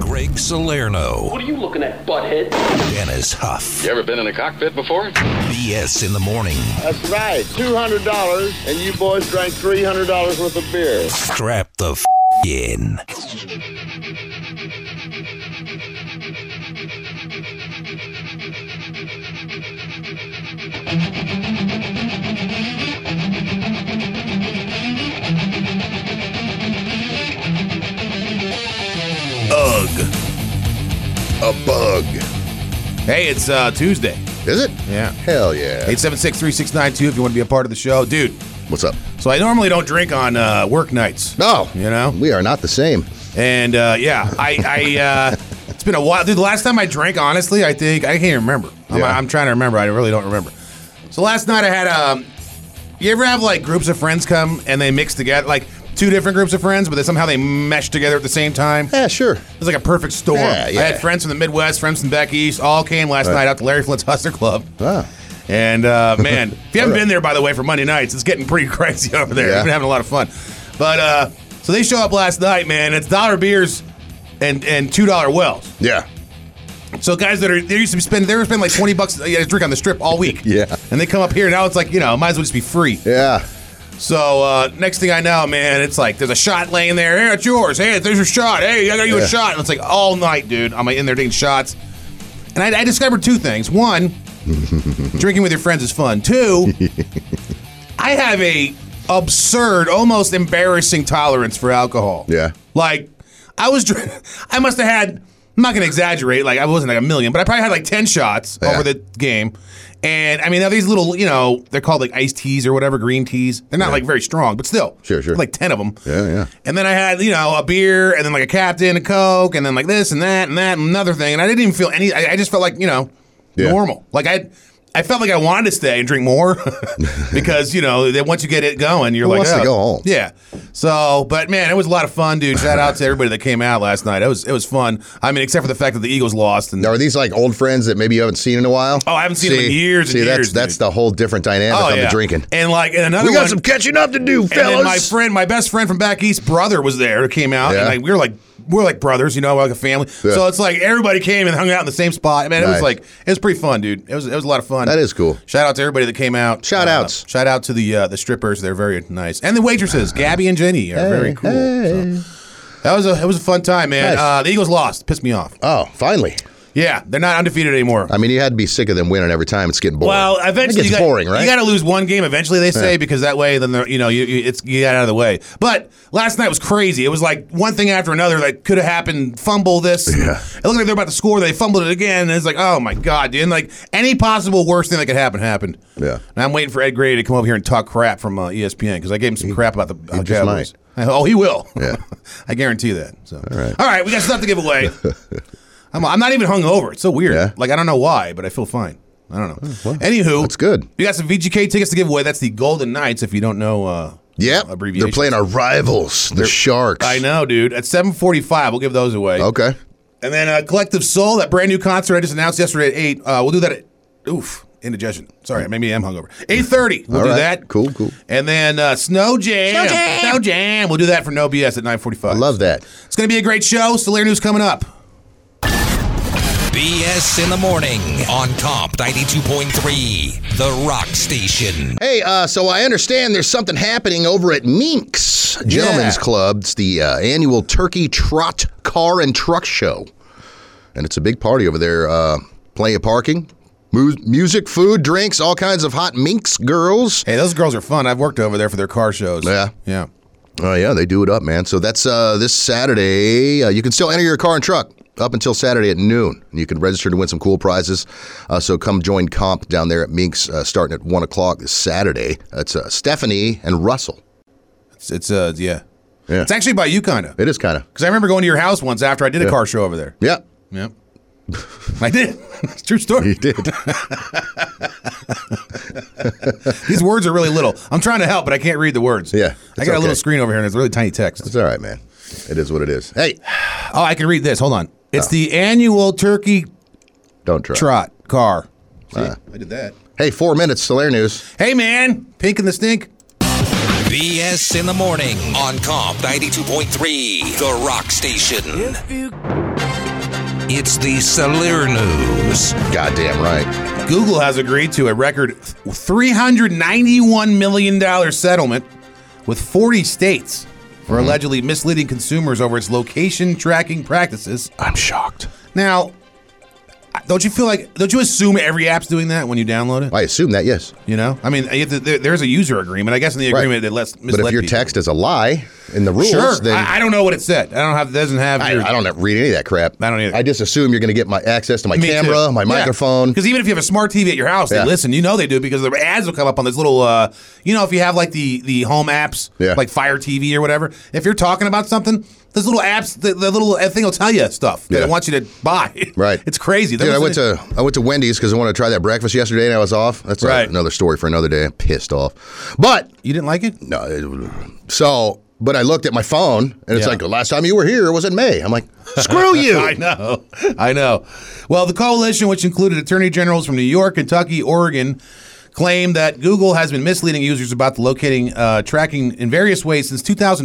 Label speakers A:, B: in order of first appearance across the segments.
A: Greg Salerno,
B: What are you looking at, butthead?
A: Dennis Huff.
C: You ever been in a cockpit before?
A: BS in the morning.
D: That's right. $200, and you boys drank $300 worth of beer.
A: Strap the f- in.
E: Ugh. A bug. Hey, it's uh, Tuesday.
F: Is it?
E: Yeah.
F: Hell yeah.
E: 876 3692 if you want to be a part of the show. Dude,
F: What's up?
E: so I normally don't drink on uh, work nights.
F: No.
E: You know?
F: We are not the same.
E: And uh, yeah, I, I uh, it's been a while. Dude, the last time I drank, honestly, I think, I can't even remember. I'm,
F: Yeah.
E: I'm trying to remember. I really don't remember. So last night I had, um, you ever have like groups of friends come and they mix together, like two different groups of friends, but then somehow they mesh together at the same time?
F: Yeah, sure.
E: It was like a perfect storm.
F: Yeah, yeah.
E: I had friends from the Midwest, friends from back east, all came last night out to Larry Flint's Hustler Club.
F: Ah.
E: And uh, man, if you haven't
F: All right.
E: been there, by the way, for Monday nights, it's getting pretty crazy over there.
F: Yeah.
E: I've been having a lot of fun. But uh, so they show up last night, man. It's dollar beers and and two dollar wells.
F: Yeah.
E: So guys that are they used to spend they were spending like twenty bucks a drink on the strip all week.
F: Yeah.
E: And they come up here now. It's like you know, might as well just be free.
F: Yeah.
E: So uh, next thing I know, man, it's like there's a shot laying there. Hey, it's yours. Hey, there's your shot. Hey, I got you
F: Yeah.
E: a shot. And it's like all night, dude. I'm like, in there taking shots, and I, I discovered two things. One, drinking with your friends is fun. Two, I have a absurd, almost embarrassing tolerance for alcohol.
F: Yeah.
E: like I was, dr- I must have had. I'm not gonna exaggerate. Like I wasn't like a million, but I probably had like ten shots
F: Yeah.
E: over the game. And I mean, now these little, you know, they're called like iced teas or whatever, green teas. They're not like very strong, but still,
F: Sure, sure.
E: like ten of them.
F: Yeah, yeah.
E: And then I had, you know, a beer, and then like a captain, a coke, and then like this and that and that and another thing. And I didn't even feel any. I, I just felt like you know,
F: Yeah.
E: normal. Like I, I felt like I wanted to stay and drink more because you know, then once you get it going, you're
F: Who
E: like,
F: wants to
E: oh.
F: go home?
E: Yeah. So, but man, it was a lot of fun, dude. Shout out to everybody that came out last night. It was it was fun. I mean, except for the fact that the Eagles lost and
F: Now, are these like old friends that maybe you haven't seen in a while?
E: Oh, I haven't seen them in
F: See-
E: years and
F: See, that's
E: years,
F: that's
E: dude.
F: the whole different dynamic
E: oh
F: of
E: yeah,
F: the drinking.
E: And like and another
F: We got
E: one-
F: some catching up to do,
E: And then my
F: fellas.
E: friend, my best friend from back east, brother was there. who Came out, and
F: Yeah.
E: like we were like we were like brothers, you know, like a family.
F: Yeah.
E: So it's like everybody came and hung out in the same spot. Man, it was
F: Nice.
E: like it was pretty fun, dude. It was it was a lot of fun.
F: That is cool.
E: Shout out to everybody that came out.
F: Shout outs. Ah.
E: Uh, shout out to the uh, the strippers. They're very nice, and the waitresses, Gabby and Jenny, are very cool. So, that was a it was a fun time, man.
F: Nice.
E: Uh, the Eagles lost, pissed me off.
F: Oh, finally.
E: Yeah, they're not undefeated anymore.
F: I mean, you had to be sick of them winning every time. It's getting boring.
E: Well, eventually
F: it
E: you
F: gets
E: got,
F: boring, right?
E: You got to lose one game eventually. They say because that way, then they're- you know you, you it's you got out of the way. But last night was crazy. It was like one thing after another that could have happened. Fumble this.
F: Yeah.
E: It looked like they're about to score. They fumbled it again. And it's like, oh my god, dude! And like any possible worst thing that could happen happened.
F: Yeah.
E: And I'm waiting for Ed Grady to come over here and talk crap from uh, ESPN because I gave him some crap about the uh,
F: just
E: Cowboys. Oh, he will.
F: Yeah.
E: I guarantee that. So. All
F: right.
E: All right, we got stuff to give away. I'm, I'm not even hungover. It's so weird.
F: Yeah? Oh,
E: Like I don't know why, but I feel fine. I don't know. Anywho,
F: That's good.
E: You got some VGK tickets to give away. That's the Golden Knights. If you don't know, uh,
F: yep.
E: abbreviation.
F: They're playing our rivals, the Sharks.
E: I know, dude. At 7:45, we'll give those away.
F: Okay.
E: And then uh, Collective Soul, that brand new concert I just announced yesterday at eight. Uh, we'll do that. at Oof. Indigestion. Sorry, maybe I am hungover. Eight thirty. We'll
F: All
E: do
F: right.
E: that.
F: Cool, cool.
E: And then uh, Snow Jam. Snow Jam. We'll do that for No BS at nine forty-five.
F: I love that.
E: It's gonna be a great show. Solar News coming up.
A: BS in the morning on Comp 92.3, The Rock Station.
F: Hey, uh, so I understand there's something happening over at Minks Gentlemen's
E: Yeah.
F: Club. It's the uh, annual Turkey Trot Car and Truck Show, and it's a big party over there. Uh, plenty of parking, mu- music, food, drinks, all kinds of hot Minks girls.
E: Hey, those girls are fun. I've worked over there for their car shows.
F: Yeah.
E: Yeah.
F: Oh yeah, they do it up, man. So that's uh, this Saturday. Uh, you can still enter your car and truck up until Saturday at noon. You can register to win some cool prizes. Uh, so come join comp down there at Minks, uh, starting at one o'clock this Saturday. That's uh, Stephanie and Russell.
E: It's, it's uh yeah.
F: Yeah.
E: It's actually by you kind of.
F: It is kind of
E: Because I remember going to your house once after I did a car show over there.
F: yeah.
E: Yep. I did. It's a true story.
F: did.
E: These words are really little. I'm trying to help, but I can't read the words.
F: Yeah,
E: I
F: it's
E: got a little
F: okay.
E: screen over here and it's really tiny text.
F: It's all right, man. It is what it is. Hey,
E: Oh, I can read this. Hold on. It's
F: Ah.
E: the annual turkey
F: don't try.
E: trot car. See,
F: Ah.
E: I did that.
F: Hey, four minutes. Solaire News.
E: Hey man, pink and the stink.
A: BS in the morning on Comp 92.3, The Rock Station. It's the Salir News.
F: Goddamn right.
E: Google has agreed to a record $391 million settlement with 40 states for
F: Mm-hmm.
E: allegedly misleading consumers over its location tracking practices.
F: I'm shocked.
E: Now, don't you feel like, don't you assume every app's doing that when you download it?
F: I assume that, yes.
E: You know? I mean, you have to, there, there's a user agreement. I guess in the
F: Right.
E: agreement it lets
F: But
E: mislead
F: if your
E: people.
F: text is a lie in the rules,
E: Sure.
F: then
E: I, I don't know what it said. I don't have, doesn't have
F: I,
E: your,
F: I don't read any of that crap.
E: I don't either.
F: I just assume you're going to get my access to my camera, my microphone.
E: Because even if you have a smart TV at your house,
F: Yeah.
E: they listen. You know they do because the ads will come up on this little. Uh, you know, if you have like the the home apps,
F: Yeah.
E: like Fire TV or whatever. If you're talking about something, those little apps, the, the little thing will tell you stuff that
F: Yeah.
E: it wants you to buy.
F: Right.
E: It's crazy.
F: Dude, I went to I went to Wendy's because I wanted to try that breakfast yesterday, and I was off. That's a-
E: Right.
F: another story for another day. I'm pissed off, but
E: You didn't like it?
F: no. It, so, but I looked at my phone, and it's
E: Yeah.
F: like the last time you were here was in May. I'm like, screw
E: I
F: you.
E: know. I know. Well, the coalition, which included attorney generals from New York, Kentucky, Oregon, claimed that Google has been misleading users about the locating uh, tracking in various ways since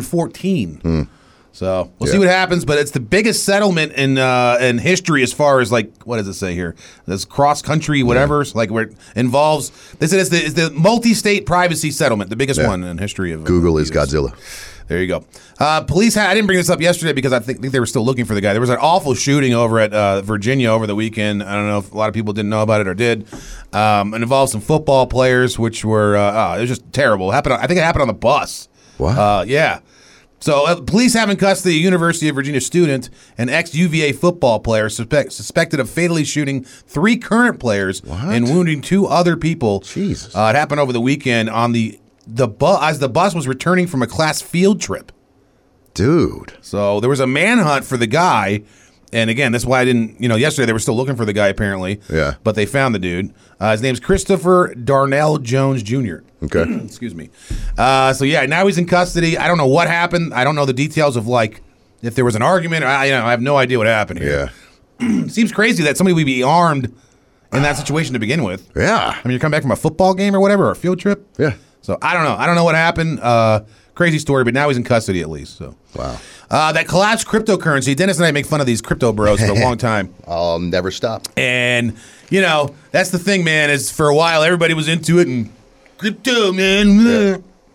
E: 2014. So we'll see
F: Hmm. Yeah.
E: what happens, but it's the biggest settlement in uh, in history as far as like what does it say here? This cross country whatever, like where it involves. They said it's the, it's the multi state privacy settlement, the biggest one in history of uh,
F: Google is
E: computers.
F: Godzilla.
E: There you go. Uh, police. Had, I didn't bring this up yesterday because I think, think they were still looking for the guy. There was an awful shooting over at uh, Virginia over the weekend. I don't know if a lot of people didn't know about it or did. Um, it involved some football players, which were uh, oh, it was just terrible. It happened. on- I think it happened on the bus.
F: What?
E: Uh, yeah. So uh, police have in custody a University of Virginia student and ex UVA football player suspect, suspected of fatally shooting three current players and wounding two other people.
F: Jesus.
E: Uh, it happened over the weekend on the the bu- as the bus was returning from a class field trip.
F: Dude,
E: So there was a manhunt for the guy. And again, that's why I didn't, you know, yesterday they were still looking for the guy apparently.
F: Yeah.
E: But they found the dude. Uh, his name's Christopher Darnell Jones Jr.
F: Okay.
E: Excuse me. Uh, so yeah, now he's in custody. I don't know what happened. I don't know the details of like if there was an argument. Or, I, you know, I have no idea what happened here.
F: yeah,
E: It seems crazy that somebody would be armed in that situation to begin with.
F: yeah,
E: I mean, you're coming back from a football game or whatever, or a field trip.
F: yeah.
E: So I don't know. I don't know what happened. Uh, crazy story, but now he's in custody at least. So
F: Wow.
E: Uh, that collapsed cryptocurrency. Dennis and I make fun of these crypto bros for a long time,
F: I'll Um, never stop.
E: and you know that's the thing, man. Is for a while everybody was into it and crypto, man.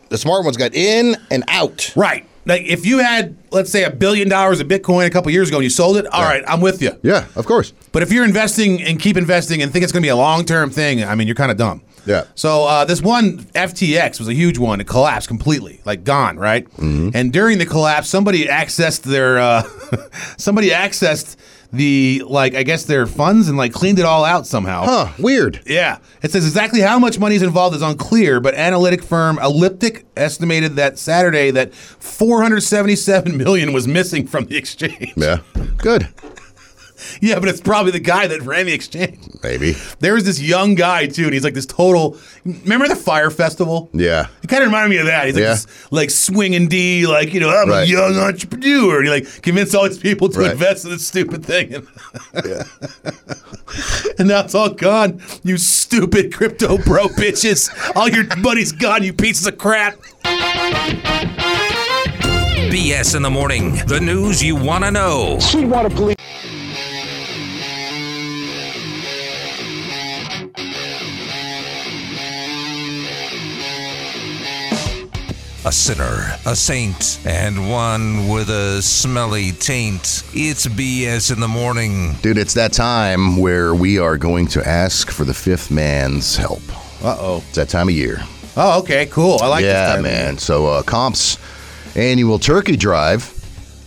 F: The smart ones got in and out.
E: Right. Like if you had, let's say, a billion dollars of Bitcoin a couple years ago and you sold it, all right, I'm with you.
F: Yeah, of course.
E: But if you're investing and keep investing and think it's going to be a long term thing, I mean, you're kind of dumb.
F: Yeah.
E: So uh, this one FTX was a huge one. It collapsed completely, like gone, right?
F: Mm-hmm.
E: And during the collapse, somebody accessed their, uh, somebody accessed the like I guess their funds and like cleaned it all out somehow.
F: Huh, weird.
E: Yeah. It says exactly how much money is involved is unclear, but analytic firm Elliptic estimated that Saturday that 477 million was missing from the exchange.
F: Yeah, good.
E: yeah, but it's probably the guy that ran the exchange.
F: Maybe.
E: There was this young guy too, and he's like this total. Remember the fire festival?
F: Yeah.
E: It kind of reminded me of that. He's like
F: Yeah.
E: this, like swinging D, like you know, I'm
F: Right.
E: a young entrepreneur, and he like convinced all these people to
F: Right.
E: invest in this stupid thing, and, and now it's all gone. You stupid crypto bro bitches! All your money's gone. You pieces of crap.
A: BS in the morning. The news you want to know. A sinner, a saint, and one with a smelly taint. It's BS in the morning.
F: Dude, it's that time where we are going to ask for the fifth man's help.
E: Uh oh.
F: It's that time of year.
E: Oh, okay, cool. I like this
F: yeah,
E: time.
F: man. So, uh, Comp's annual turkey drive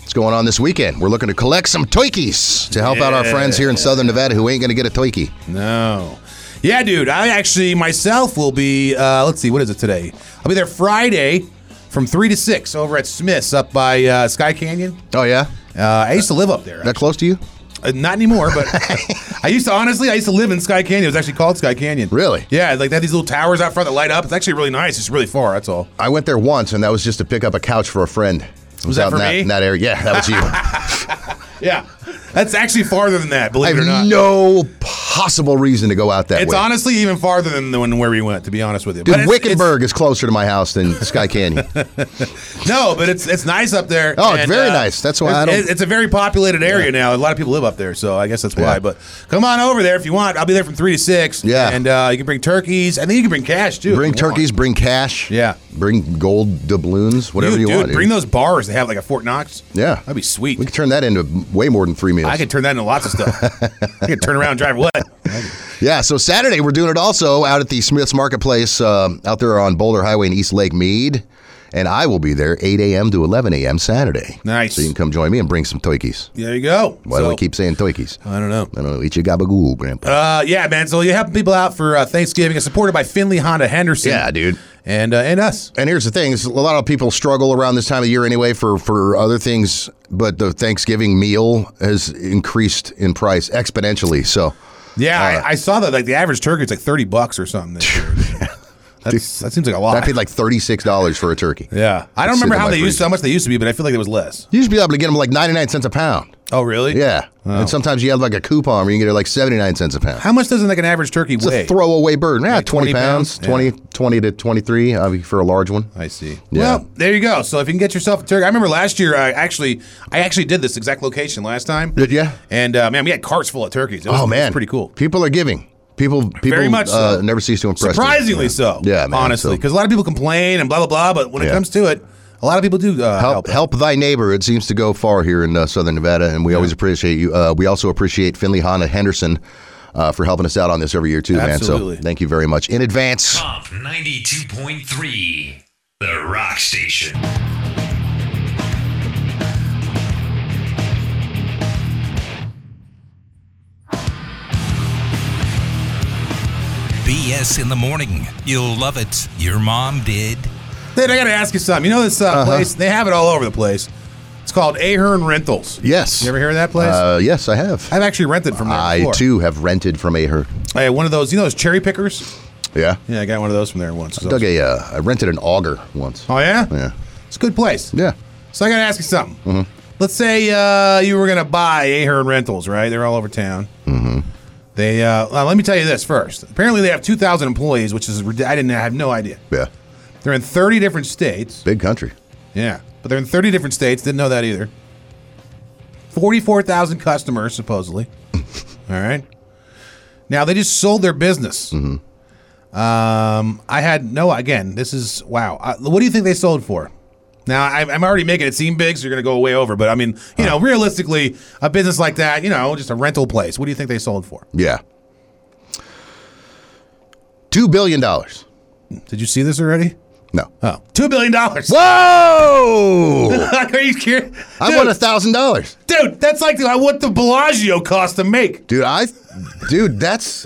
F: is going on this weekend. We're looking to collect some turkeys to help out our friends here in Southern Nevada who ain't going to get a turkey.
E: No. Yeah, dude. I actually myself will be. Uh, let's see, what is it today? I'll be there Friday from three to six over at Smith's up by uh, Sky Canyon.
F: Oh, yeah?
E: Uh, I used to live up there.
F: That close to you?
E: Uh, not anymore, but I used to honestly. I used to live in Sky Canyon. It was actually called Sky Canyon.
F: Really?
E: Yeah, like they had these little towers out front that light up. It's actually really nice. It's really far. That's all.
F: I went there once, and that was just to pick up a couch for a friend. It
E: that
F: out
E: for
F: in that,
E: me?
F: in that area. Yeah, that was you. I
E: Yeah, that's actually farther than that. Believe it or not.
F: have no possible reason to go out that
E: It's
F: way.
E: honestly even farther than the one where we went, to be honest with you.
F: Dude,
E: But it's- it's-
F: Wickenburg is closer to my house than Sky Canyon.
E: No, but it's it's nice up there. uh,
F: Oh, it's very nice. That's why
E: it's,
F: I don't-
E: It's a very populated area now. A lot of people live up there, so I guess that's why.
F: Yeah.
E: But come on over there if you want. I'll be there from three to six.
F: Yeah.
E: and uh, you can bring turkeys. I think you can bring cash too. if
F: bring
E: you want.
F: turkeys, bring cash.
E: Yeah.
F: Bring gold doubloons, whatever
E: Dude,
F: you
E: dude,
F: want. dude.
E: Bring those bars. They have like a Fort Knox.
F: Yeah.
E: that'd be sweet.
F: We could turn that into way more than three meals.
E: I could turn that into lots of stuff. I could turn around and drive what?
F: Yeah, so Saturday we're doing it also out at the Smith's Marketplace um, out there on Boulder Highway in East Lake Mead. And I will be there 8 a.m. to 11 a.m. Saturday.
E: Nice.
F: So you can come join me and bring some toikis.
E: There you go.
F: Why do
E: So-
F: we keep saying toikis?
E: I don't know.
F: I don't know. Eat your gabagool, Grandpa.
E: Uh, yeah, man. So you're helping people out for uh, Thanksgiving. It's supported by Finley Honda Henderson.
F: Yeah, dude.
E: and uh, and us.
F: And here's the thing: is a lot of people struggle around this time of year anyway for for other things, but the Thanksgiving meal has increased in price exponentially. So
E: Yeah,
F: Uh,
E: I, I saw that. Like the average turkey's like thirty bucks or something. this year. That's, that seems like a
F: I
E: lot.
F: paid like thirty six dollars for a turkey.
E: yeah, I don't
F: It's
E: remember
F: in
E: how
F: my
E: they used
F: freezer.
E: how much they used to be, but I feel like it was less.
F: You used to be able to get them like ninety nine cents a pound.
E: Oh, really?
F: Yeah, and sometimes you have like a coupon where you can get it like seventy nine cents a pound.
E: How much does like an average turkey
F: It's
E: weigh?
F: a throwaway bird. Yeah,
E: Like
F: 20,
E: 20
F: pounds,
E: pounds?
F: 20, 20 to 23 uh, for a large one.
E: I see.
F: Yeah.
E: Well, there you go. So if you can get yourself a turkey, I remember last year. I actually, I actually did this exact location last time.
F: Did ya?
E: And uh, man, we had carts full of turkeys. It was,
F: oh, man.
E: it was pretty cool.
F: People are giving. People, people
E: Very much
F: uh,
E: so.
F: never cease to impress. me.
E: Surprisingly so.
F: Yeah, man,
E: honestly,
F: so-
E: because a lot of people complain and blah blah blah, but when
F: Yeah.
E: it comes to it, a lot of people do uh,
F: Help,
E: help.
F: help thy neighbor. It seems to go far here in uh, Southern Nevada, and we always appreciate you. Uh, we also appreciate Finley Hanna Henderson uh, for helping us out on this every year, too, man.
E: Absolutely.
F: So thank you very much in advance.
B: Comp 92.3, The Rock Station.
A: BS in the morning. You'll love it. Your mom did.
E: Dude, I got to ask you something. You know this uh,
F: Uh-huh.
E: place? They have it all over the place. It's called Ahern Rentals.
F: Yes.
E: You ever hear of that place?
F: Uh, yes, I have.
E: I've actually rented from there
F: I,
E: before.
F: too, have rented from Aher.
E: I had one of those. You know those cherry pickers?
F: Yeah.
E: Yeah, I got one of those from there once. So-
F: Dug a, uh, I rented an auger once.
E: Oh yeah.
F: Yeah.
E: It's a good place.
F: Yeah.
E: So I got to ask you something. Let's say uh, you were gonna buy Ahern Rentals, right? They're all over town. Mm-hmm. They uh, well, let me tell you this first. Apparently, they have two thousand employees, which is rid- I didn't I have no idea.
F: Yeah.
E: They're in thirty different states.
F: Big country.
E: Yeah, but they're in 30 different states. Didn't know that either. 44,000 customers, supposedly. All right. Now, they just sold their business. Um, I had no, again, this is, wow. Uh, what do you think they sold for? Now, I, I'm already making it seem big, so you're going to go way over. But I mean, you know, realistically, a business like that, you know, just a rental place, what do you think they sold for?
F: Yeah. Two billion dollars.
E: Did you see this already?
F: No.
E: Oh, $2 billion. What?
F: Whoa!
E: Are you kidding?
F: I
E: Dude,
F: won a thousand dollars,
E: dude, that's like what the Bellagio cost to make.
F: dude. I, dude, that's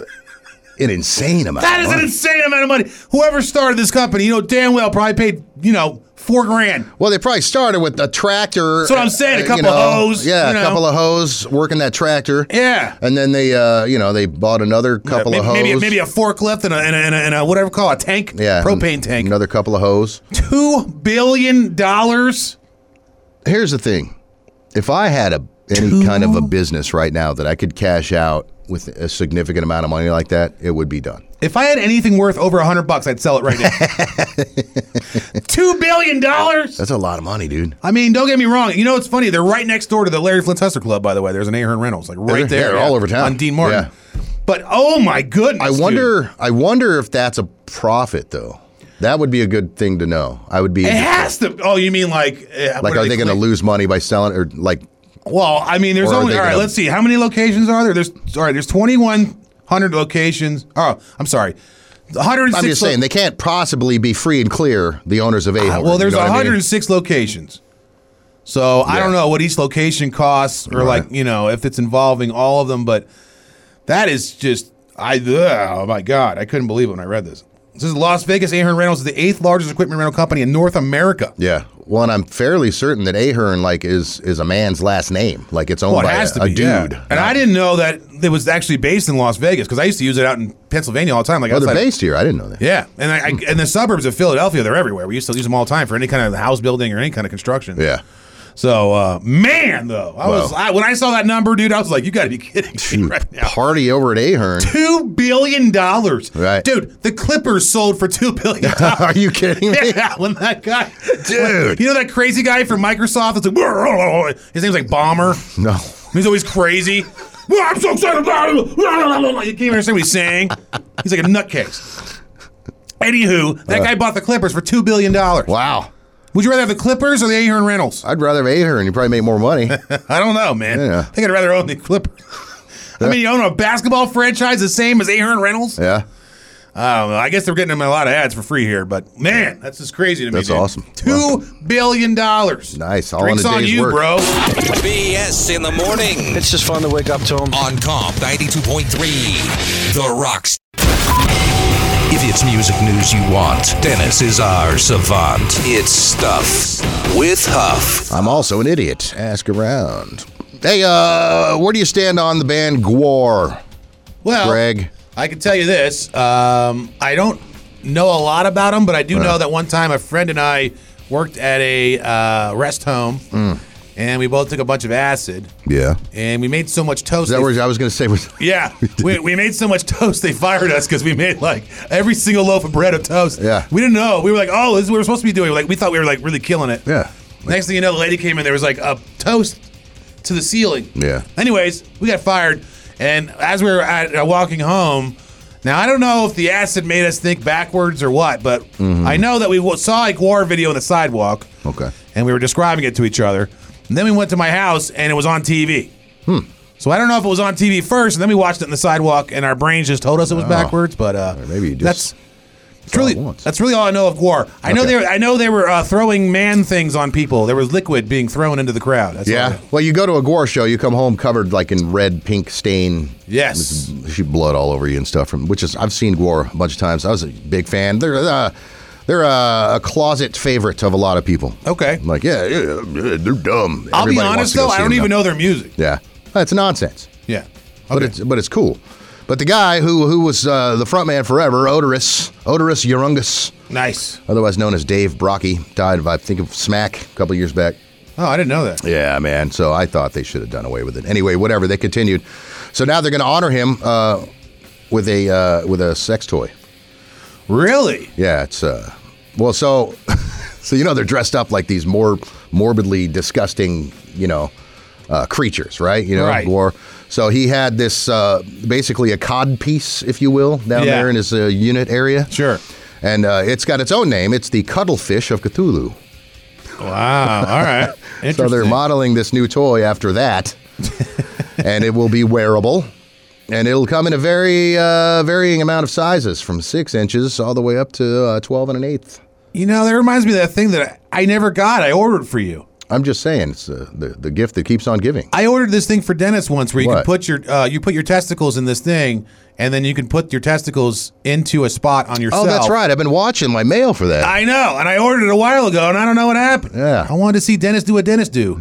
F: an insane amount.
E: That
F: of
E: is an
F: money.
E: insane amount of money. Whoever started this company, you know damn well probably paid, you know, four grand.
F: Well, they probably started with a tractor.
E: That's what I'm saying, a
F: uh, you
E: couple
F: know,
E: hoes,
F: Yeah,
E: you
F: a
E: know.
F: couple of hoes working that tractor.
E: Yeah.
F: And then they, uh, you know, they bought another couple
E: maybe,
F: of hoes.
E: maybe, a, maybe a forklift and a, and a, and a, and a whatever call a tank,
F: yeah,
E: propane
F: and
E: tank.
F: Another couple of hoes.
E: Two billion dollars.
F: here's the thing if i had a any kind of a business right now that i could cash out with a significant amount of money like that it would be done
E: If I had anything worth over a hundred bucks, I'd sell it right now. Two billion dollars.
F: that's a lot of money dude
E: I mean, don't get me wrong. You know it's funny? They're right next door to the Larry Flint Hustler Club, by the way. There's an Ahern Reynolds, like
F: They're-
E: right there,
F: they're all over town.
E: on Dean Martin. But oh my goodness!
F: i
E: dude.
F: wonder i wonder if that's a profit though that would be a good thing to know i would be
E: It has to. Oh, you mean like eh, what
F: like are they going to
E: claim?
F: lose money by selling or like
E: Well, I mean, there's
F: Or are
E: only
F: they
E: all right.
F: gonna-
E: Let's see, how many locations are there? There's all right. There's 2,100 locations. Oh, I'm sorry, 106.
F: i'm just saying they can't possibly be free and clear the owners of a
E: well, there's
F: you know what I mean?
E: 106 locations. So I
F: Yeah.
E: don't know what each location costs, or
F: Right.
E: like you know if it's involving all of them. But that is just I. ugh, oh my god, I couldn't believe it when I read this. This is Las Vegas. Ahern Reynolds is the eighth largest equipment rental company in North America.
F: yeah well and i'm fairly certain that ahern like is is a man's last name like it's owned
E: Well, it
F: by
E: has
F: a,
E: to
F: Oh, a
E: be, yeah.
F: dude
E: And I didn't know that it was actually based in Las Vegas because I used to use it out in Pennsylvania all the time. Like
F: well,
E: outside
F: Oh, they're
E: of-
F: based Hmm. here i didn't know that
E: Yeah, and I, I, in the suburbs of Philadelphia, they're everywhere. We used to use them all the time for any kind of house building or any kind of construction.
F: yeah
E: So uh, man, though, I was I, when I saw that number, dude, I was like, you got to be kidding me
F: Shoot,
E: right now.
F: party over at Ahern.
E: Two billion dollars,
F: Right.
E: dude? The Clippers sold for two billion.
F: Are you kidding me?
E: Yeah, when that guy,
F: Dude.
E: you know that crazy guy from Microsoft? It's like his name's like Bomber.
F: No.
E: He's always crazy. "Well, I'm so excited about it. You can't even understand what he's saying. He's like a nutcase. Anywho,
F: Uh.
E: that guy bought the Clippers for two billion dollars.
F: Wow.
E: Would you rather have the Clippers or the Aaron Reynolds?
F: I'd rather have Ahern. You probably make more money.
E: I don't know, man.
F: Yeah.
E: I think I'd rather own the Clippers. I mean, you own a basketball franchise the same as Aaron Reynolds.
F: yeah.
E: I don't know. I guess they're getting him a lot of ads for free here, but man, that's just crazy to me.
F: That's
E: dude.
F: awesome.
E: Two billion dollars.
F: Nice. All
E: Drinks
F: in a
E: on
F: day's
E: you,
F: work.
E: bro.
A: BS in the morning
C: It's just fun to wake up to them.
A: on Comp 92.3. The Rocks. If it's music news you want, Dennis is our savant. It's stuff with Huff.
F: I'm also an idiot. Ask around. Hey, uh, where do you stand on the band Gwar,
E: Well,
F: Greg?
E: I can tell you this. Um, I don't know a lot about them, but I do know that one time a friend and I worked at a uh, rest home,
F: Mm.
E: and we both took a bunch of acid,
F: Yeah.
E: and we made so much toast.
F: Is that
E: they-
F: where I was going to say? Was,
E: yeah, we, we made so much toast they fired us because we made like every single loaf of bread of toast.
F: Yeah.
E: we didn't know. We were like, oh, this is what we're supposed to be doing. Like we thought we were like really killing it.
F: yeah.
E: Next thing you know, the lady came in. There was like a toast to the ceiling.
F: Yeah.
E: Anyways, we got fired, and as we were at, uh, walking home, now I don't know if the acid made us think backwards or what, but I know that we w- saw a Guar video on the sidewalk,
F: Okay.
E: and we were describing it to each other. And then we went to my house, and it was on TV.
F: Hmm.
E: So I don't know if it was on TV first, and then we watched it on the sidewalk, and our brains just told us it was backwards. But uh,
F: Oh. maybe you just-
E: that's that's
F: all
E: really
F: at once.
E: that's really all I know of Guar. I know
F: Okay.
E: they were, I know they were uh, throwing man things on people. There was liquid being thrown into the crowd. That's all I
F: Yeah.
E: know.
F: Well, you go to a Gwar show, you come home covered like in red, pink stain.
E: Yes.
F: She blood all over you and stuff from which is I've seen Gwar a bunch of times. I was a big fan. They're uh, they're uh, a closet favorite of a lot of people.
E: Okay.
F: I'm like yeah, yeah, yeah, they're dumb.
E: I'll
F: Everybody
E: be
F: wants
E: honest
F: to go
E: though, I
F: see
E: don't
F: them
E: even
F: now.
E: know their music.
F: Yeah, that's nonsense.
E: Yeah.
F: But it's but it's cool. But the guy who who was uh, the frontman forever, Odorous, Odorous Urungus,
E: Nice.
F: otherwise known as Dave Brocky, died of I think of Smack a couple years back.
E: Oh, I didn't know that.
F: Yeah, man. So I thought they should have done away with it. Anyway, whatever. They continued. So now they're going to honor him uh, with a uh, with a sex toy.
E: Really?
F: Yeah, it's uh, well, so so you know they're dressed up like these more morbidly disgusting, you know, uh, creatures, right? You know,
E: Right.
F: or so he had this uh, basically a cod piece, if you will, down
E: Yeah.
F: there in his uh, unit area.
E: Sure.
F: And uh, it's got its own name. It's the cuttlefish of Cthulhu.
E: Wow. All right. Interesting.
F: So they're modeling this new toy after that, and it will be wearable, and it'll come in a very uh, varying amount of sizes, from six inches all the way up to uh, twelve and an eighth.
E: you know, that reminds me of that thing that I, I never got. I ordered for you.
F: I'm just saying, it's uh, the the gift that keeps on giving.
E: I ordered this thing for Dennis once, where you
F: What?
E: can put your uh, you put your testicles in this thing, and then you can put your testicles into a spot on
F: Oh,
E: yourself.
F: that's right. I've been watching my mail for that.
E: I know, and I ordered it a while ago, and I don't know what happened.
F: Yeah.
E: I wanted to see Dennis do what Dennis do.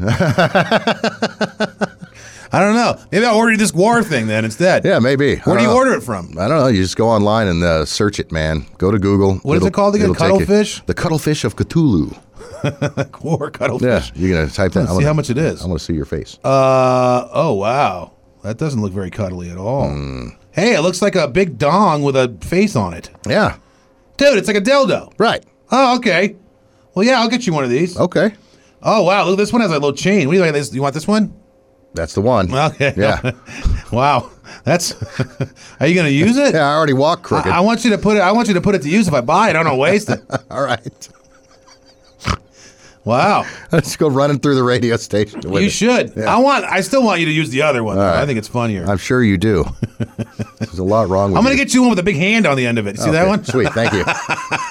E: I don't know. Maybe I ordered this war thing then instead.
F: yeah, maybe. I
E: Where
F: don't
E: do you
F: know.
E: order it from?
F: I don't know. You just go online and uh, search it, man. Go to Google.
E: What is it
F: It'll-
E: called again?
F: it'll take you-
E: Cuttlefish?
F: The cuttlefish of Cthulhu.
E: War
F: Yeah,
E: cuttlefish.
F: you're gonna type that.
E: Let's see how much it is.
F: I want to see your face.
E: Uh oh wow. That doesn't look very cuddly at all. Hey, it looks like a big dong with a face on it.
F: yeah,
E: Dude, it's like a dildo.
F: right.
E: Oh, okay. Well, yeah, I'll get you one of these.
F: Okay,
E: Oh, wow. Look, this one has a little chain. What do you like this? You want this one?
F: that's the one.
E: Okay.
F: Yeah.
E: wow. That's Are you going to use it?
F: Yeah, I already walk crooked.
E: I, I want you to put it I want you to put it to use if I buy it. I don't want to waste it.
F: All right.
E: Wow.
F: Let's go running through the radio station. with
E: you
F: it.
E: should. I want I still want you to use the other one. though.
F: right.
E: I think it's funnier.
F: I'm sure you do. There's a lot wrong with
E: I'm going
F: you.
E: to get you one with a big hand on the end of it. See that
F: Okay,
E: one?
F: Sweet. Thank you.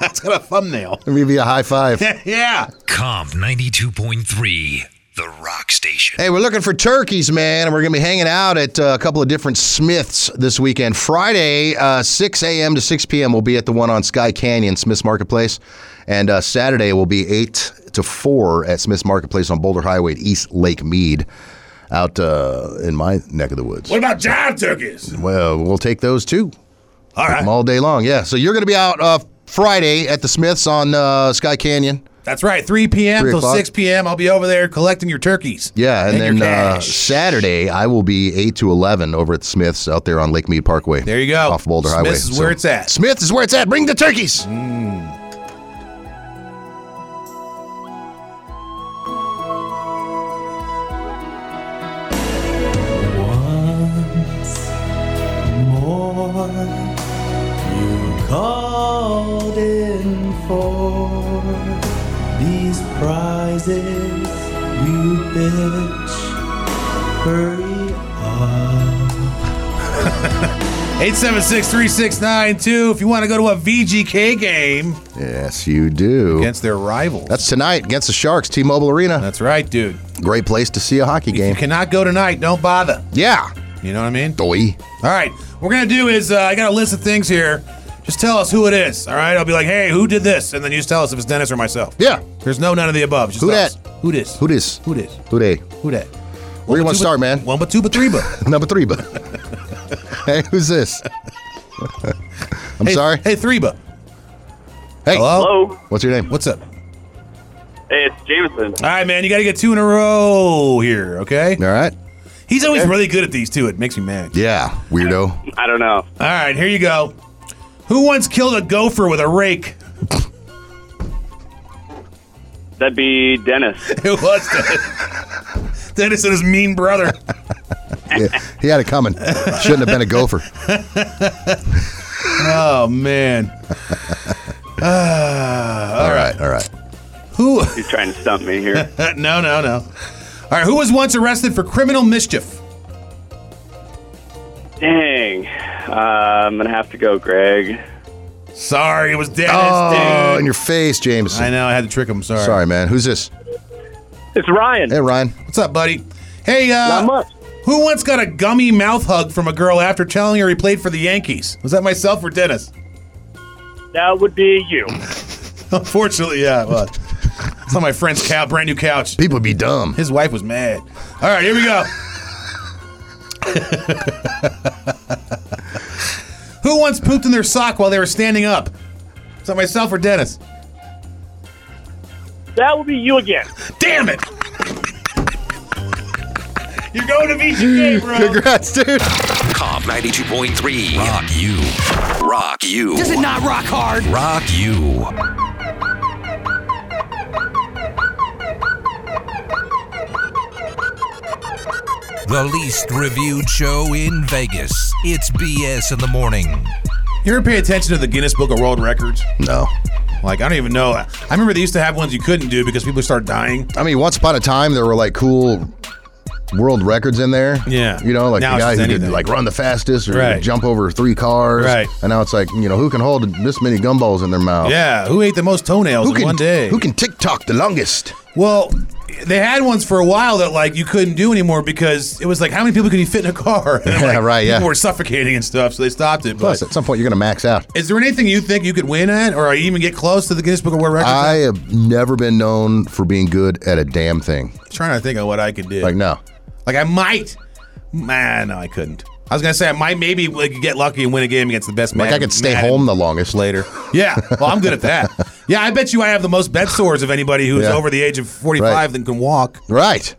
E: It's got a thumbnail.
F: Give me a high five.
E: yeah.
B: Comp 92.3, The Rock Station.
F: Hey, we're looking for turkeys, man, and we're going to be hanging out at uh, a couple of different Smiths this weekend. Friday, uh, 6 a.m. to 6 p.m., we'll be at the one on Sky Canyon, Smith's Marketplace. And uh, Saturday will be 8 to 4 at Smith's Marketplace on Boulder Highway at East Lake Mead out uh, in my neck of the woods.
E: What about jive turkeys?
F: Well, we'll take those too.
E: All
F: Them
E: right.
F: all day long. Yeah. So you're going to be out uh, Friday at the Smiths on uh, Sky Canyon.
E: That's right. 3 p.m.
F: Three
E: till
F: o'clock.
E: 6 p.m. I'll be over there collecting your turkeys.
F: Yeah, and,
E: your
F: then uh,
E: cash.
F: Saturday I will be eight to eleven over at Smith's out there on Lake Mead Parkway.
E: There you go.
F: off Boulder
E: Smith's
F: Highway.
E: is where it's at. Mm-hmm.
F: Smith is where it's at. Bring the turkeys.
C: called in for these prizes, you bitch. Hurry up.
E: 876-3692 if you want to go to a VGK game
F: Yes, you do.
E: against their rivals.
F: That's tonight against the Sharks, T-Mobile Arena.
E: That's right, dude.
F: Great place to see a hockey game.
E: If you cannot go tonight, don't bother.
F: yeah,
E: You know what I mean?
F: doy.
E: All right, what we're gonna do is uh, I got a list of things here. Just tell us who it is. All right, I'll be like, hey, who did this, and then you just tell us if it's Dennis or myself.
F: Yeah.
E: There's no none of the above. Just
F: Who
E: tell
F: dat?
E: us. Who this?
F: Who dis?
E: Who this?
F: Who they?
E: Who that?
F: Where you want
E: One but
F: to
E: two
F: start,
E: but-
F: man?
E: One but two but three but.
F: Number three, but hey, who's this? I'm
E: hey,
F: sorry.
E: Hey, three but.
F: Hey,
E: Hello.
G: Hello.
F: what's your name?
E: What's up?
G: Hey, it's Jameson.
E: All right, man, you got to get two in a row here, okay?
F: All right.
E: He's always really good at these too. It makes me mad.
F: Yeah, weirdo.
G: I don't know.
E: All right, here you go. Who once killed a gopher with a rake?
G: That'd be Dennis.
E: It was Dennis. Dennis and his mean brother.
F: Yeah, he had it coming. Shouldn't have been a gopher.
E: Oh man.
F: All right, all right.
E: Who?
G: He's trying to stump me here.
E: no, no, no. All right. Who was once arrested for criminal mischief?
G: Dang. Uh, I'm gonna have to go, Greg.
E: Sorry, it was Dennis.
F: Oh,
E: dude.
F: in your face, Jameson.
E: I know. I had to trick him. Sorry.
F: Sorry, man. Who's this?
G: It's Ryan.
F: Hey, Ryan.
E: What's up, buddy? Hey,
G: Not
E: uh,
G: much.
E: who once got a gummy mouth hug from a girl after telling her he played for the Yankees? Was that myself or Dennis?
G: That would be you.
E: Unfortunately, yeah, it was. It's on my friend's cow, brand new couch.
F: People be dumb.
E: His wife was mad. All right, here we go. Who once pooped in their sock while they were standing up? Is that myself or Dennis?
G: That would be you again.
E: Damn it! You're going to VGK, bro.
F: Congrats, dude.
A: Comp 92.3. Rock you. Rock you.
H: Does it not rock hard?
A: Rock you. The least reviewed show in Vegas. It's BS in the morning.
E: You ever pay attention to the Guinness Book of World Records?
F: No.
E: Like, I don't even know. I remember they used to have ones you couldn't do because people started dying.
F: I mean, once upon a time, there were like cool world records in there.
E: Yeah.
F: You know, like the
E: Now it's
F: guy
E: just
F: who
E: anything.
F: could like run the fastest or
E: Right.
F: jump over three cars.
E: Right.
F: And now it's like, you know, who can hold this many gumballs in their mouth?
E: Yeah, who ate the most toenails
F: Oh. Who
E: in
F: can,
E: one day?
F: Who can TikTok the longest?
E: Well, they had ones for a while that like you couldn't do anymore because it was like how many people can you fit in a car? And,
F: Yeah,
E: like,
F: right, yeah.
E: People were suffocating and stuff, so they stopped it. But
F: Plus, at some point, you're going to max out.
E: is there anything you think you could win at, or even get close to the Guinness Book of World Records?
F: I have never been known for being good at a damn thing.
E: I'm trying to think of what I could do.
F: Like, no.
E: Like, I might. Man, no, I couldn't. I was gonna say I might maybe like get lucky and win a game against the best.
F: Like, I could stay home the longest.
E: later. Yeah, well, I'm good at that. Yeah, I bet you I have the most bed sores of anybody who's
F: Yeah.
E: over the age of 45
F: Right.
E: that can walk.
F: Right.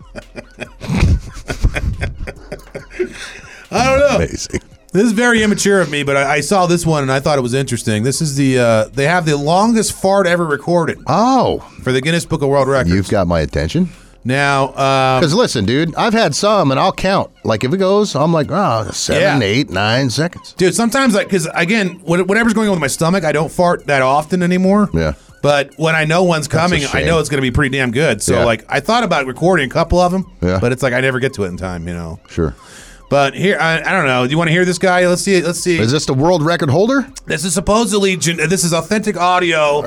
E: I don't know.
F: Amazing.
E: This is very immature of me, but I, I saw this one and I thought it was interesting. This is the uh, they have the longest fart ever recorded
F: Oh,
E: for the Guinness Book of World Records.
F: you've got my attention.
E: now, uh,
F: Because listen, dude, I've had some, and I'll count. Like if it goes, I'm like, oh, seven,
E: Yeah.
F: eight, nine seconds.
E: dude, sometimes like because again, what- whatever's going on with my stomach, I don't fart that often anymore.
F: Yeah.
E: But when I know one's coming, I
F: shame.
E: know it's going to be pretty damn good. So
F: Yeah.
E: like, I thought about recording a couple of them,
F: Yeah.
E: but it's like I never get to it in time, you know.
F: Sure.
E: But here, I, I don't know. Do you want to hear this guy? Let's see. Let's see.
F: Is this the world record holder?
E: This is supposedly gen- this is authentic audio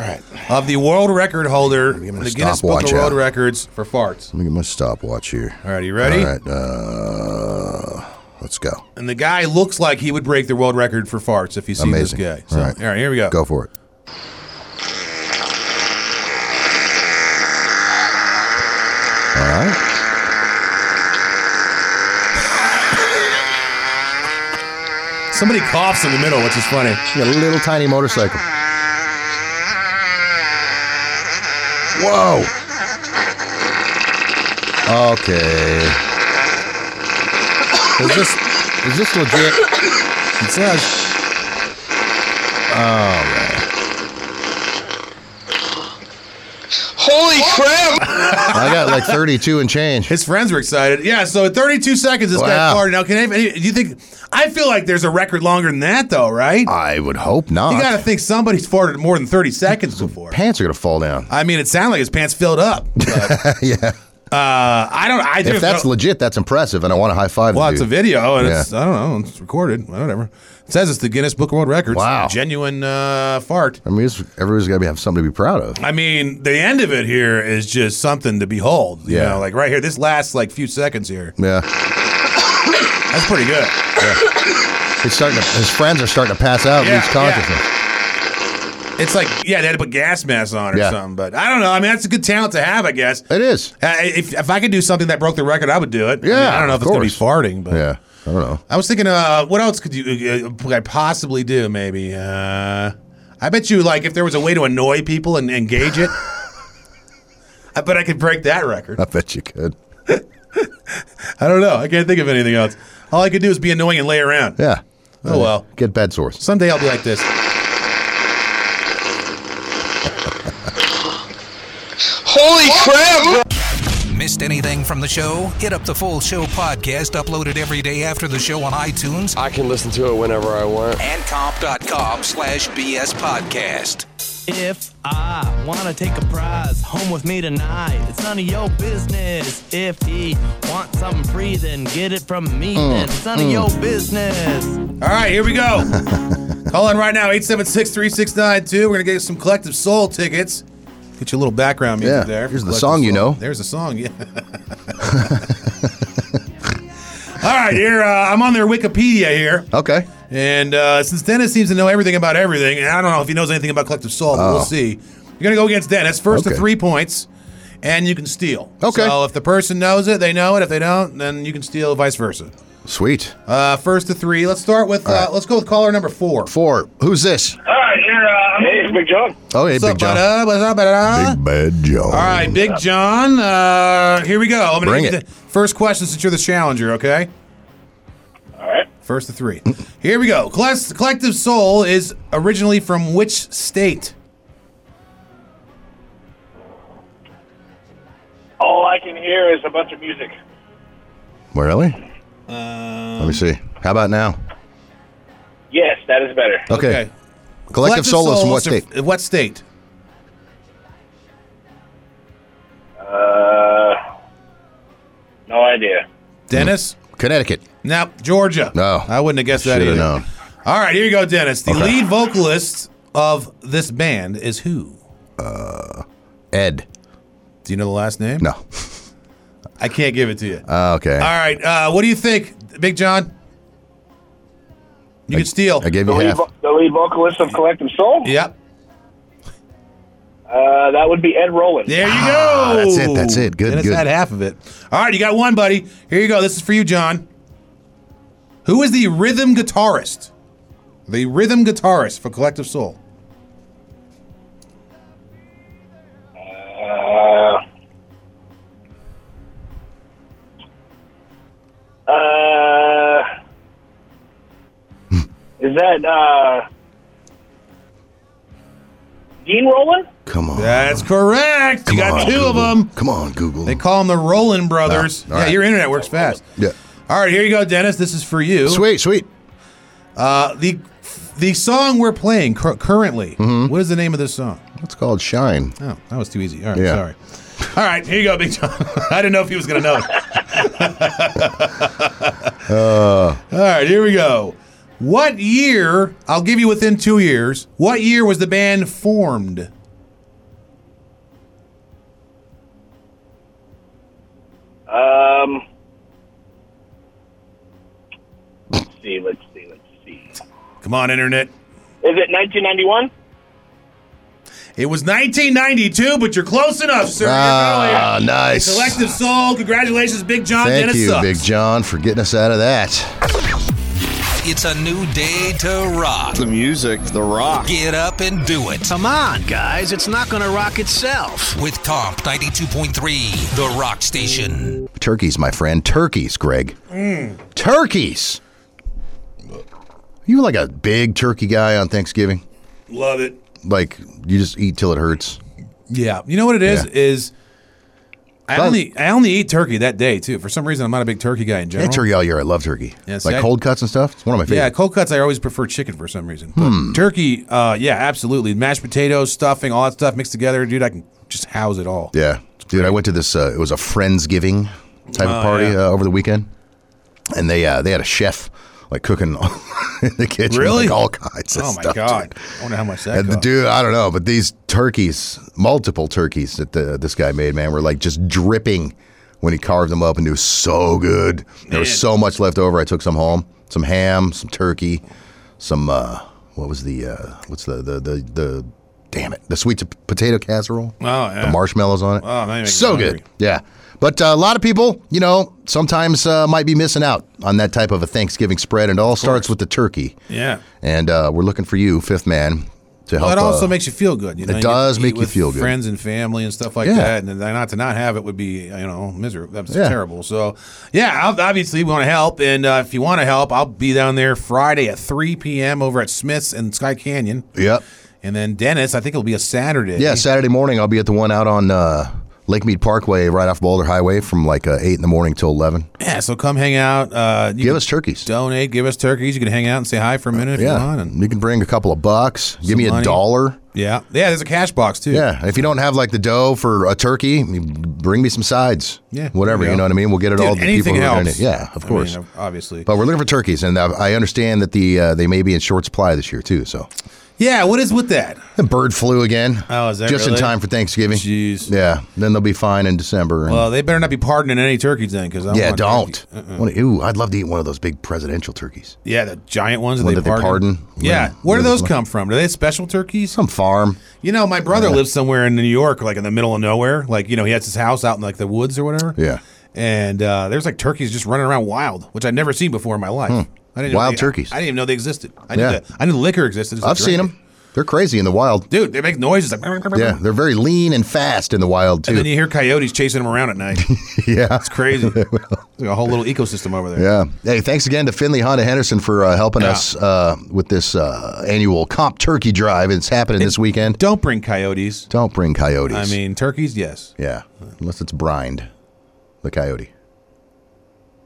E: of the world record holder, the
F: my
E: Guinness Book
F: stopwatch uh.
E: of World
F: out.
E: Records for farts.
F: Let me get my stopwatch here.
E: All right, you ready?
F: All right. Uh, let's go.
E: And the guy looks like he would break the world record for farts if you see
F: Amazing.
E: this guy.
F: All
E: So, all,
F: right.
E: right. here we go.
F: Go for it. All right.
E: Somebody coughs in the middle, which is funny.
F: You got a little tiny motorcycle. Whoa. Okay.
H: Is this is this legit?
F: It says.
I: Holy crap!
F: I got like 32 and change.
E: His friends were excited. Yeah, so in 32 seconds, this guy
F: Wow.
E: farted. Now, can anybody, do you think? I feel like there's a record longer than that, though, right?
F: I would hope not.
E: you got to think somebody's farted more than 30 seconds before.
F: Pants are going to fall down.
E: I mean, it sounded like his pants filled up. but,
F: yeah.
E: uh, I don't. I
F: If that's legit, that's impressive, and I want to high five
E: well,
F: the
E: it's a
F: dude.
E: video, and it's I don't know, it's recorded, whatever. It says it's the Guinness Book of World Records.
F: Wow.
E: genuine uh, fart.
F: I mean, it's, everybody's got to have something to be proud of.
E: I mean, the end of it here is just something to behold. You
F: Yeah.
E: know, like right here, this lasts like few seconds here.
F: Yeah.
E: That's pretty good.
F: He's starting to, his friends are starting to pass out and
E: Yeah,
F: lose consciousness.
E: It's like, yeah, they had to put gas masks on or
F: Yeah.
E: something. But I don't know. I mean, that's a good talent to have, I guess.
F: It is.
E: Uh, if, if I could do something that broke the record, I would do it. I, mean,
F: Yeah,
E: I don't know
F: of
E: if it's going to be farting, but
F: Yeah. I don't know.
E: I was thinking, uh, what else could you uh, could I possibly do? Maybe uh, I bet you, like, if there was a way to annoy people and engage it, I bet I could break that record.
F: I bet you could.
E: I don't know. I can't think of anything else. All I could do is be annoying and lay around.
F: Yeah. Uh,
E: Oh well.
F: Get bed sores.
E: Someday I'll be like this.
I: Holy crap!
A: Missed anything from the show? Hit up the full show podcast uploaded every day after the show on iTunes
J: I can listen to it whenever I want.
A: and comp.com slash BS podcast.
K: If I wanna take a prize home with me tonight, it's none of your business. If he wants something free, then get it from me. Then it's none of your business.
E: All right, here we go. Call in right now, 876 3692. We're going to get you some Collective Soul tickets. Get you a little background music
F: Yeah,
E: there. for
F: here's the
E: Collective
F: song you
E: Soul.
F: know.
E: There's a song, yeah. All right, here, uh, I'm on their Wikipedia here.
F: Okay.
E: And uh, since Dennis seems to know everything about everything, and I don't know if he knows anything about Collective Soul, but we'll
F: Oh.
E: see. You're going to go against Dennis. First to
F: Okay.
E: three points, and you can steal.
F: Okay.
E: So if the person knows it, they know it. If they don't, then you can steal, vice versa.
F: Sweet.
E: Uh, first to three. Let's start with. Uh, Let's go with caller number four.
F: Four. Who's this?
G: All right, here. Uh, hey, it's Big John.
F: Oh, hey,
E: What's
F: Big
E: up,
F: John.
E: bada? What's up, bada?
F: Big Bad John.
E: All right, Big John. Uh, here we go. I'm gonna
F: Bring
E: give you
F: it.
E: the First question, since you're the challenger. Okay.
G: All right.
E: First to three. Here we go. Collect- Collective Soul is originally from which state?
G: All I can hear is a bunch of music.
F: Really?
E: Um,
F: Let me see. How about now?
G: Yes, that is better.
F: Okay. Collective, Soul is from what
E: Soul
F: state?
E: is from- What state?
G: Uh, no idea.
E: Dennis?
F: Connecticut.
E: No, Georgia.
F: Hmm. No.
E: I wouldn't have guessed that
F: Should
E: either.
F: have known.
E: All right, here you go, Dennis. The
F: Okay.
E: lead vocalist of this band is who?
F: Ed.
E: Do you know the last name?
F: No.
E: I can't give it to you.
F: Uh, okay.
E: All right. Uh, what do you think, Big John? You can steal.
F: I gave
G: The
F: you
G: lead,
F: half.
G: vo- the lead vocalist of Collective Soul?
E: Yep.
G: Uh, that would be Ed Roland.
E: There you
F: Ah,
E: go.
F: that's it, that's it. Good,
E: Dennis
F: good.
E: had half of it. All right. You got one, buddy. Here you go. This is for you, John. Who is the rhythm guitarist? The rhythm guitarist for Collective Soul.
G: Uh, uh, is that uh, Dean Roland?
F: Come on.
E: That's correct.
F: Come
E: you got
F: on,
E: two of
F: Google.
E: them.
F: Come on, Google.
E: They call them the Roland Brothers.
F: Ah, all
E: yeah,
F: right.
E: your internet works fast.
F: yeah.
E: All right, here you go, Dennis. This is for you.
F: Sweet, sweet.
E: Uh, the the song we're playing cur- currently.
F: Mm-hmm.
E: what is the name of this song?
F: It's called Shine.
E: Oh, that was too easy. All right,
F: Yeah.
E: sorry. All right, here you go, Big John. I didn't know if he was going to know. it.
F: Uh.
E: All right, here we go. What year? I'll give you within two years. What year was the band formed?
G: Um, let's see, let's see, let's see.
E: Come on, internet.
G: Is it 1991?
E: It was 1992, but you're close enough, sir. You're
F: Ah,
E: earlier.
F: nice.
E: Collective Soul. Congratulations, Big John.
F: Thank
E: Dennis
F: you,
E: sucks.
F: Big John, for getting us out of that.
A: It's a new day to rock.
H: The music, the rock.
A: Get up and do it.
L: Come on, guys. It's not going to rock itself.
A: With Comp 92.3, The Rock Station.
F: Turkeys, my friend. Turkeys, Greg.
E: Mm.
F: Turkeys. You like a big turkey guy on Thanksgiving?
E: Love it.
F: Like you just eat till it hurts.
E: Yeah. You know what it is?
F: Yeah.
E: Is I
F: Fun.
E: only I only eat turkey that day too. For some reason, I'm not a big turkey guy in
F: I
E: general.
F: had turkey all year. I love turkey.
E: Yeah, see,
F: like
E: I-
F: cold cuts and stuff. It's one of my
E: Yeah,
F: favorites.
E: cold cuts. I always prefer chicken for some reason. But
F: Hmm.
E: Turkey, uh, yeah, absolutely. Mashed potatoes, stuffing, all that stuff mixed together, dude. I can just house it all.
F: Yeah, dude. I went to this. Uh, it was a friendsgiving type
E: Oh,
F: of party
E: yeah.
F: uh, over the weekend, and they uh, they had a chef like cooking in the kitchen,
E: Really?
F: like all kinds of
E: oh
F: stuff.
E: my god!
F: dude.
E: I wonder how much that.
F: And the
E: cost.
F: dude, I don't know, but these turkeys, multiple turkeys that the, this guy made, man, were like just dripping when he carved them up, and it was so good. There was so much left over. I took some home, some ham, some turkey, some uh, what was the uh, what's the the the, the damn it, the sweet t- potato casserole.
E: Oh, yeah.
F: the marshmallows on it.
E: Oh, man, it makes
F: so
E: me
F: good.
E: hungry.
F: Yeah. But uh, a lot of people, you know, sometimes uh, might be missing out on that type of a Thanksgiving spread. And it all starts with the turkey.
E: Yeah.
F: And uh, we're looking for you, fifth man, to help.
E: Well, it also
F: uh,
E: makes you feel good. You know,
F: it
E: You get
F: does
E: to eat
F: make you
E: with
F: feel good.
E: Friends and family and stuff like
F: Yeah.
E: that, and then not to not have it would be you know miserable. That's
F: Yeah.
E: terrible. So yeah, ob- obviously we want to help, and uh, if you want to help, I'll be down there Friday at 3 p.m. over at Smith's in Sky Canyon.
F: Yep.
E: And then Dennis, I think it'll be a Saturday.
F: Yeah, Saturday morning I'll be at the one out on uh, Lake Mead Parkway, right off Boulder Highway, from like uh, eight in the morning till eleven.
E: Yeah, so come hang out. Uh, you
F: Give
E: can
F: us turkeys.
E: Donate. Give us turkeys. You can hang out and say hi for a minute if you
F: yeah,
E: want. And
F: you can bring a couple of bucks. Give
E: Some
F: me a
E: money.
F: dollar.
E: yeah, yeah. There's a cash box too.
F: Yeah, if you don't have like the dough for a turkey, you bring me some sides.
E: Yeah,
F: whatever.
E: there you
F: You know
E: go.
F: what I mean? We'll get it
E: Dude,
F: all to the people
E: anything
F: who are in it.
E: helps.
F: Yeah,
E: I
F: of
E: mean, uh,
F: course.
E: obviously.
F: But we're looking for turkeys, and uh, I understand that the uh, they may be in short supply this year too. So
E: Yeah. What is with that?
F: the bird flu again.
E: Oh, is that
F: just
E: really?
F: in time for Thanksgiving?
E: Jeez.
F: Yeah, then they'll be fine in December. and-
E: Well, they better not be pardoning any turkeys then, because
F: yeah, don't.
E: Uh-uh.
F: Wanna- Ooh, I'd love to eat one of those big presidential turkeys.
E: Yeah, the giant ones that
F: One
E: they,
F: that they
E: pardon.
F: pardon? Where-
E: Yeah, where do
F: where
E: those
F: does-
E: come from? Are they special turkeys?
F: Some farm.
E: You know, my brother
F: Yeah.
E: lives somewhere in New York, like in the middle of nowhere. Like you know, he has his house out in like the woods or whatever.
F: Yeah.
E: And uh, there's like turkeys just running around wild, which I'd never seen before in my life. I didn't know
F: Hmm. Wild
E: they-
F: turkeys.
E: I didn't even know they existed. I
F: Yeah.
E: knew the, I knew the liquor existed.
F: I've seen them. They're crazy in the wild.
E: Dude, they make noises like
F: Yeah, they're very lean and fast in the wild
E: And
F: too.
E: then you hear coyotes chasing them around at night.
F: yeah.
E: It's crazy. It's like a whole little ecosystem over there.
F: Yeah. Hey, thanks again to Finley Honda Henderson for uh, helping
E: Yeah.
F: us uh, with this uh, annual comp turkey drive. It's happening this weekend.
E: Don't bring coyotes.
F: Don't bring coyotes.
E: I mean, turkeys, yes.
F: yeah, unless it's brined, the coyote.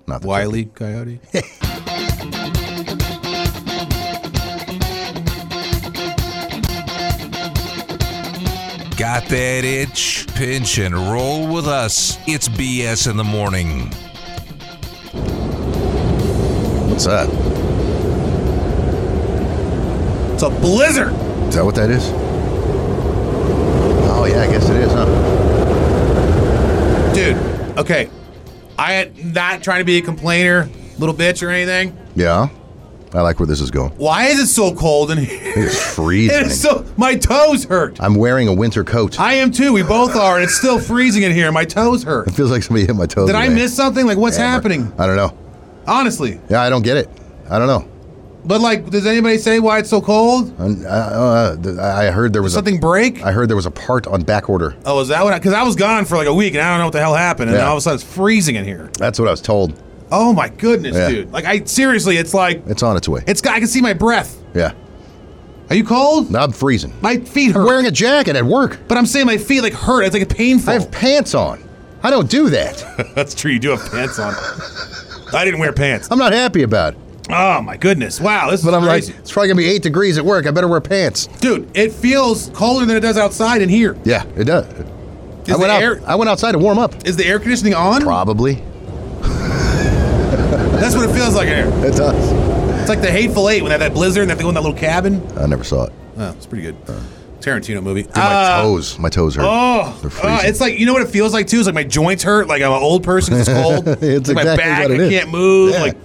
F: Not the
E: Wiley coyote.
A: Got that itch? Pinch and roll with us. It's BS in the morning.
F: turkey. What's that?
E: It's a blizzard.
F: Is that what that is? Oh yeah, I guess it is, huh?
E: Dude, okay. I am not trying to be a complainer, little bitch or anything.
F: Yeah. I like where this is going.
E: Why is it so cold in here?
F: It's freezing.
E: It is so my toes hurt.
F: I'm wearing a winter coat.
E: I am too. We both are, and it's still freezing in here. My toes hurt.
F: It feels like somebody hit my toes.
E: Did
F: with
E: I
F: a
E: miss something? Like what's
F: hammer.
E: happening?
F: I don't know.
E: Honestly.
F: Yeah, I don't get it. I don't know.
E: But like, does anybody say why it's so cold?
F: I'm- I, uh, th- I heard there was
E: Something break?
F: A, I heard there was a part on back order.
E: Oh, is that what? Because I, was gone for like a week, and I don't know what the hell happened. And
F: Yeah.
E: then all of a sudden, it's freezing in here.
F: That's what I was told.
E: Oh my goodness,
F: Yeah.
E: dude! Like I seriously, it's like
F: It's on its way.
E: it's. got- I can see my breath.
F: yeah.
E: Are you cold?
F: Now I'm freezing.
E: My feet
F: I'm
E: hurt.
F: wearing a jacket at work.
E: but I'm saying my feet like hurt. It's like painful.
F: I have pants on. I don't do that.
E: That's true. You do have pants on. I didn't wear pants.
F: I'm not happy about it.
E: Oh my goodness! Wow, this is
F: But I'm
E: crazy,
F: like, it's probably gonna be eight degrees at work. I better wear pants.
E: dude. It feels colder than it does outside in here.
F: Yeah, it does.
E: Is
F: I went
E: the
F: out.
E: air-
F: I went outside to warm up.
E: Is the air conditioning on?
F: Probably.
E: That's what it feels like in here.
F: It does.
E: It's like the Hateful Eight when they have that blizzard and they have to go in that little cabin.
F: I never saw it.
E: Oh, it's pretty good. Tarantino movie.
F: Dude, my
E: Uh,
F: toes. My toes hurt.
E: Oh,
F: They're
E: oh,
F: freezing.
E: it's like you know what it feels like too. It's like my joints hurt. Like I'm an old person. 'cause It's cold.
F: It's
E: Like, my
F: exactly
E: back.
F: what it
E: I
F: is.
E: can't move.
F: Yeah.
E: Like,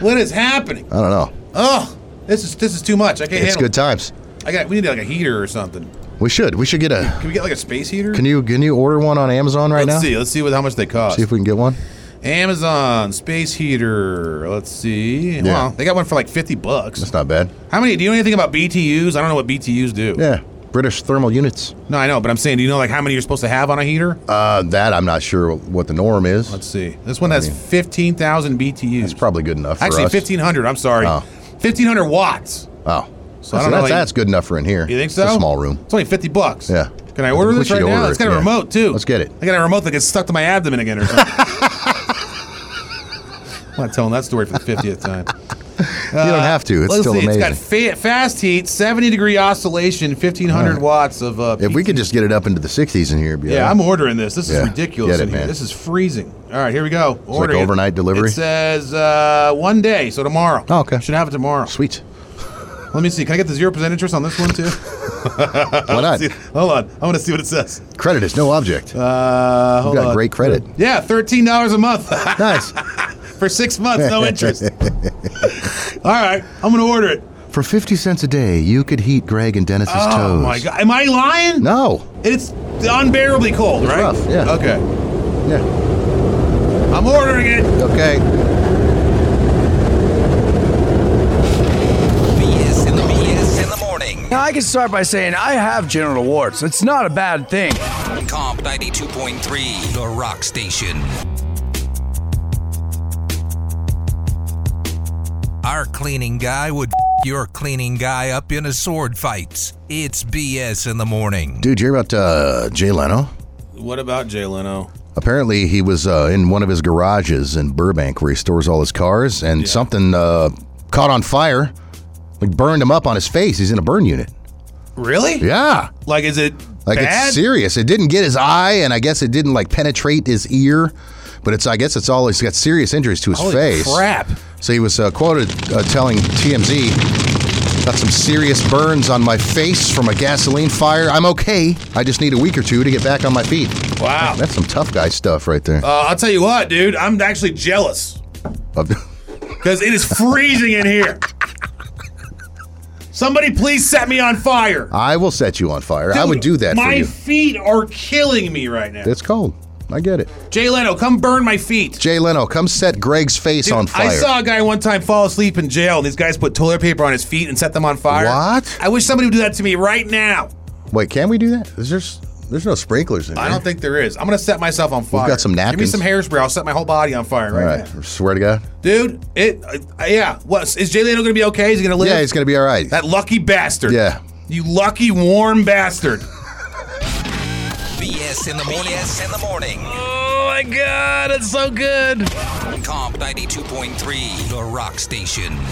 E: what is happening?
F: I don't know.
E: Oh, this is this is too much. I can't
F: It's
E: handle.
F: good times.
E: it. I got. We need like a heater or something.
F: We should. We should get a.
E: Can we get like a space heater?
F: Can you can you order one on Amazon right
E: Let's
F: now?
E: see. Let's see what how much they cost.
F: See if we can get one.
E: Amazon space heater. Let's see.
F: Yeah.
E: Well, they got one for like fifty bucks.
F: That's not bad.
E: How many? Do you know anything about BTUs? I don't know what BTUs do.
F: Yeah, British thermal units.
E: No, I know, but I'm saying, do you know like how many you're supposed to have on a heater?
F: Uh, that I'm not sure what the norm is. Let's
E: see. This one has fifteen thousand BTUs.
F: That's probably good enough. For
E: Actually,
F: us.
E: fifteen hundred. I'm sorry,
F: Oh.
E: fifteen hundred watts.
F: Oh, so
E: So I
F: that's,
E: don't know,
F: that's,
E: like-
F: that's good enough for in here.
E: You think
F: It's a
E: so?
F: small room.
E: It's only fifty bucks.
F: Yeah.
E: Can I order
F: We
E: this
F: should
E: right now?
F: order
E: It's got a
F: yeah.
E: remote too.
F: Let's get it.
E: I got a remote that gets stuck to my abdomen again or something. I'm not telling that story for the fiftieth time. Uh,
F: you don't have to. It's
E: Let's
F: still
E: see,
F: amazing.
E: It's got fa- fast heat, seventy degree oscillation, fifteen hundred watts of. Uh,
F: if we could just get it up into the 60s in here, it'd be
E: yeah,
F: all right.
E: I'm ordering this. This is
F: Yeah,
E: ridiculous.
F: Get
E: in
F: it,
E: here.
F: man.
E: This is freezing. All right, here we go.
F: like
E: Ordering it.
F: overnight delivery?
E: It says uh, one day, so tomorrow.
F: Oh, okay.
E: Should have it tomorrow.
F: Sweet.
E: Let me see. Can I get the zero percent interest on this one too? Why
F: not?
E: Hold on. I want to see what it says.
F: Credit is no object.
E: Uh,
F: You've
E: hold
F: got
E: on.
F: great credit.
E: Yeah, thirteen dollars a month.
F: nice.
E: For six months, no interest. All right, I'm gonna order it.
F: For 50 cents a day, you could heat Greg and Dennis's
E: oh
F: toes.
E: my god, am I lying?
F: No.
E: It's unbearably cold, right?
F: rough, yeah.
E: Okay.
F: Yeah.
E: I'm ordering it.
F: Okay.
A: BS in the BS in the morning.
M: Now, I can start by saying I have genital warts. It's not a bad thing.
A: Comp 92.3, The Rock Station. Our cleaning guy would f- your cleaning guy up in a sword fight. It's BS in the morning.
F: Dude, you hear about uh, Jay Leno?
E: What about Jay Leno?
F: Apparently, he was uh, in one of his garages in Burbank where he stores all his cars, and something uh, caught on fire, like burned him up on his face. He's in a burn unit.
E: Really?
F: Yeah.
E: Like, is it
F: Like
E: bad?
F: it's serious. It didn't get his eye, and I guess it didn't like penetrate his ear, but it's I guess it's all he's got serious injuries to his
E: Holy
F: face.
E: crap.
F: So he was uh, quoted uh, telling TMZ, "Got some serious burns on my face from a gasoline fire. I'm okay. I just need a week or two to get back on my feet."
E: Wow.
F: that's some tough guy stuff right there.
E: Uh, I'll tell you what, dude. I'm actually jealous
F: Of-
E: because it is freezing in here. Somebody please set me on fire.
F: I will set you on fire. I
E: Dude,
F: would do that for
E: My
F: you.
E: feet are killing me right now.
F: it's cold. I get it.
E: Jay Leno, come burn my feet.
F: Jay Leno, come set Greg's face on fire.
E: I saw a guy one time fall asleep in jail, and these guys put toilet paper on his feet and set them on fire.
F: What?
E: I wish somebody would do that to me right now.
F: Wait, can we do that? Is there's there's no sprinklers in
E: I
F: here.
E: don't think there is. I'm gonna set myself on fire.
F: got some napkins.
E: Give me some hairspray. I'll set my whole body on fire
F: All
E: right,
F: right.
E: now,
F: Swear to God.
E: dude. It, uh, yeah. What is Jay Leno gonna be okay? Is he gonna live?
F: Yeah, he's gonna be all right.
E: That lucky bastard.
F: Yeah.
E: You lucky warm bastard.
A: BS in the morning. BS in the morning.
K: Oh my god, it's so good.
A: Comp 92.3, The Rock Station.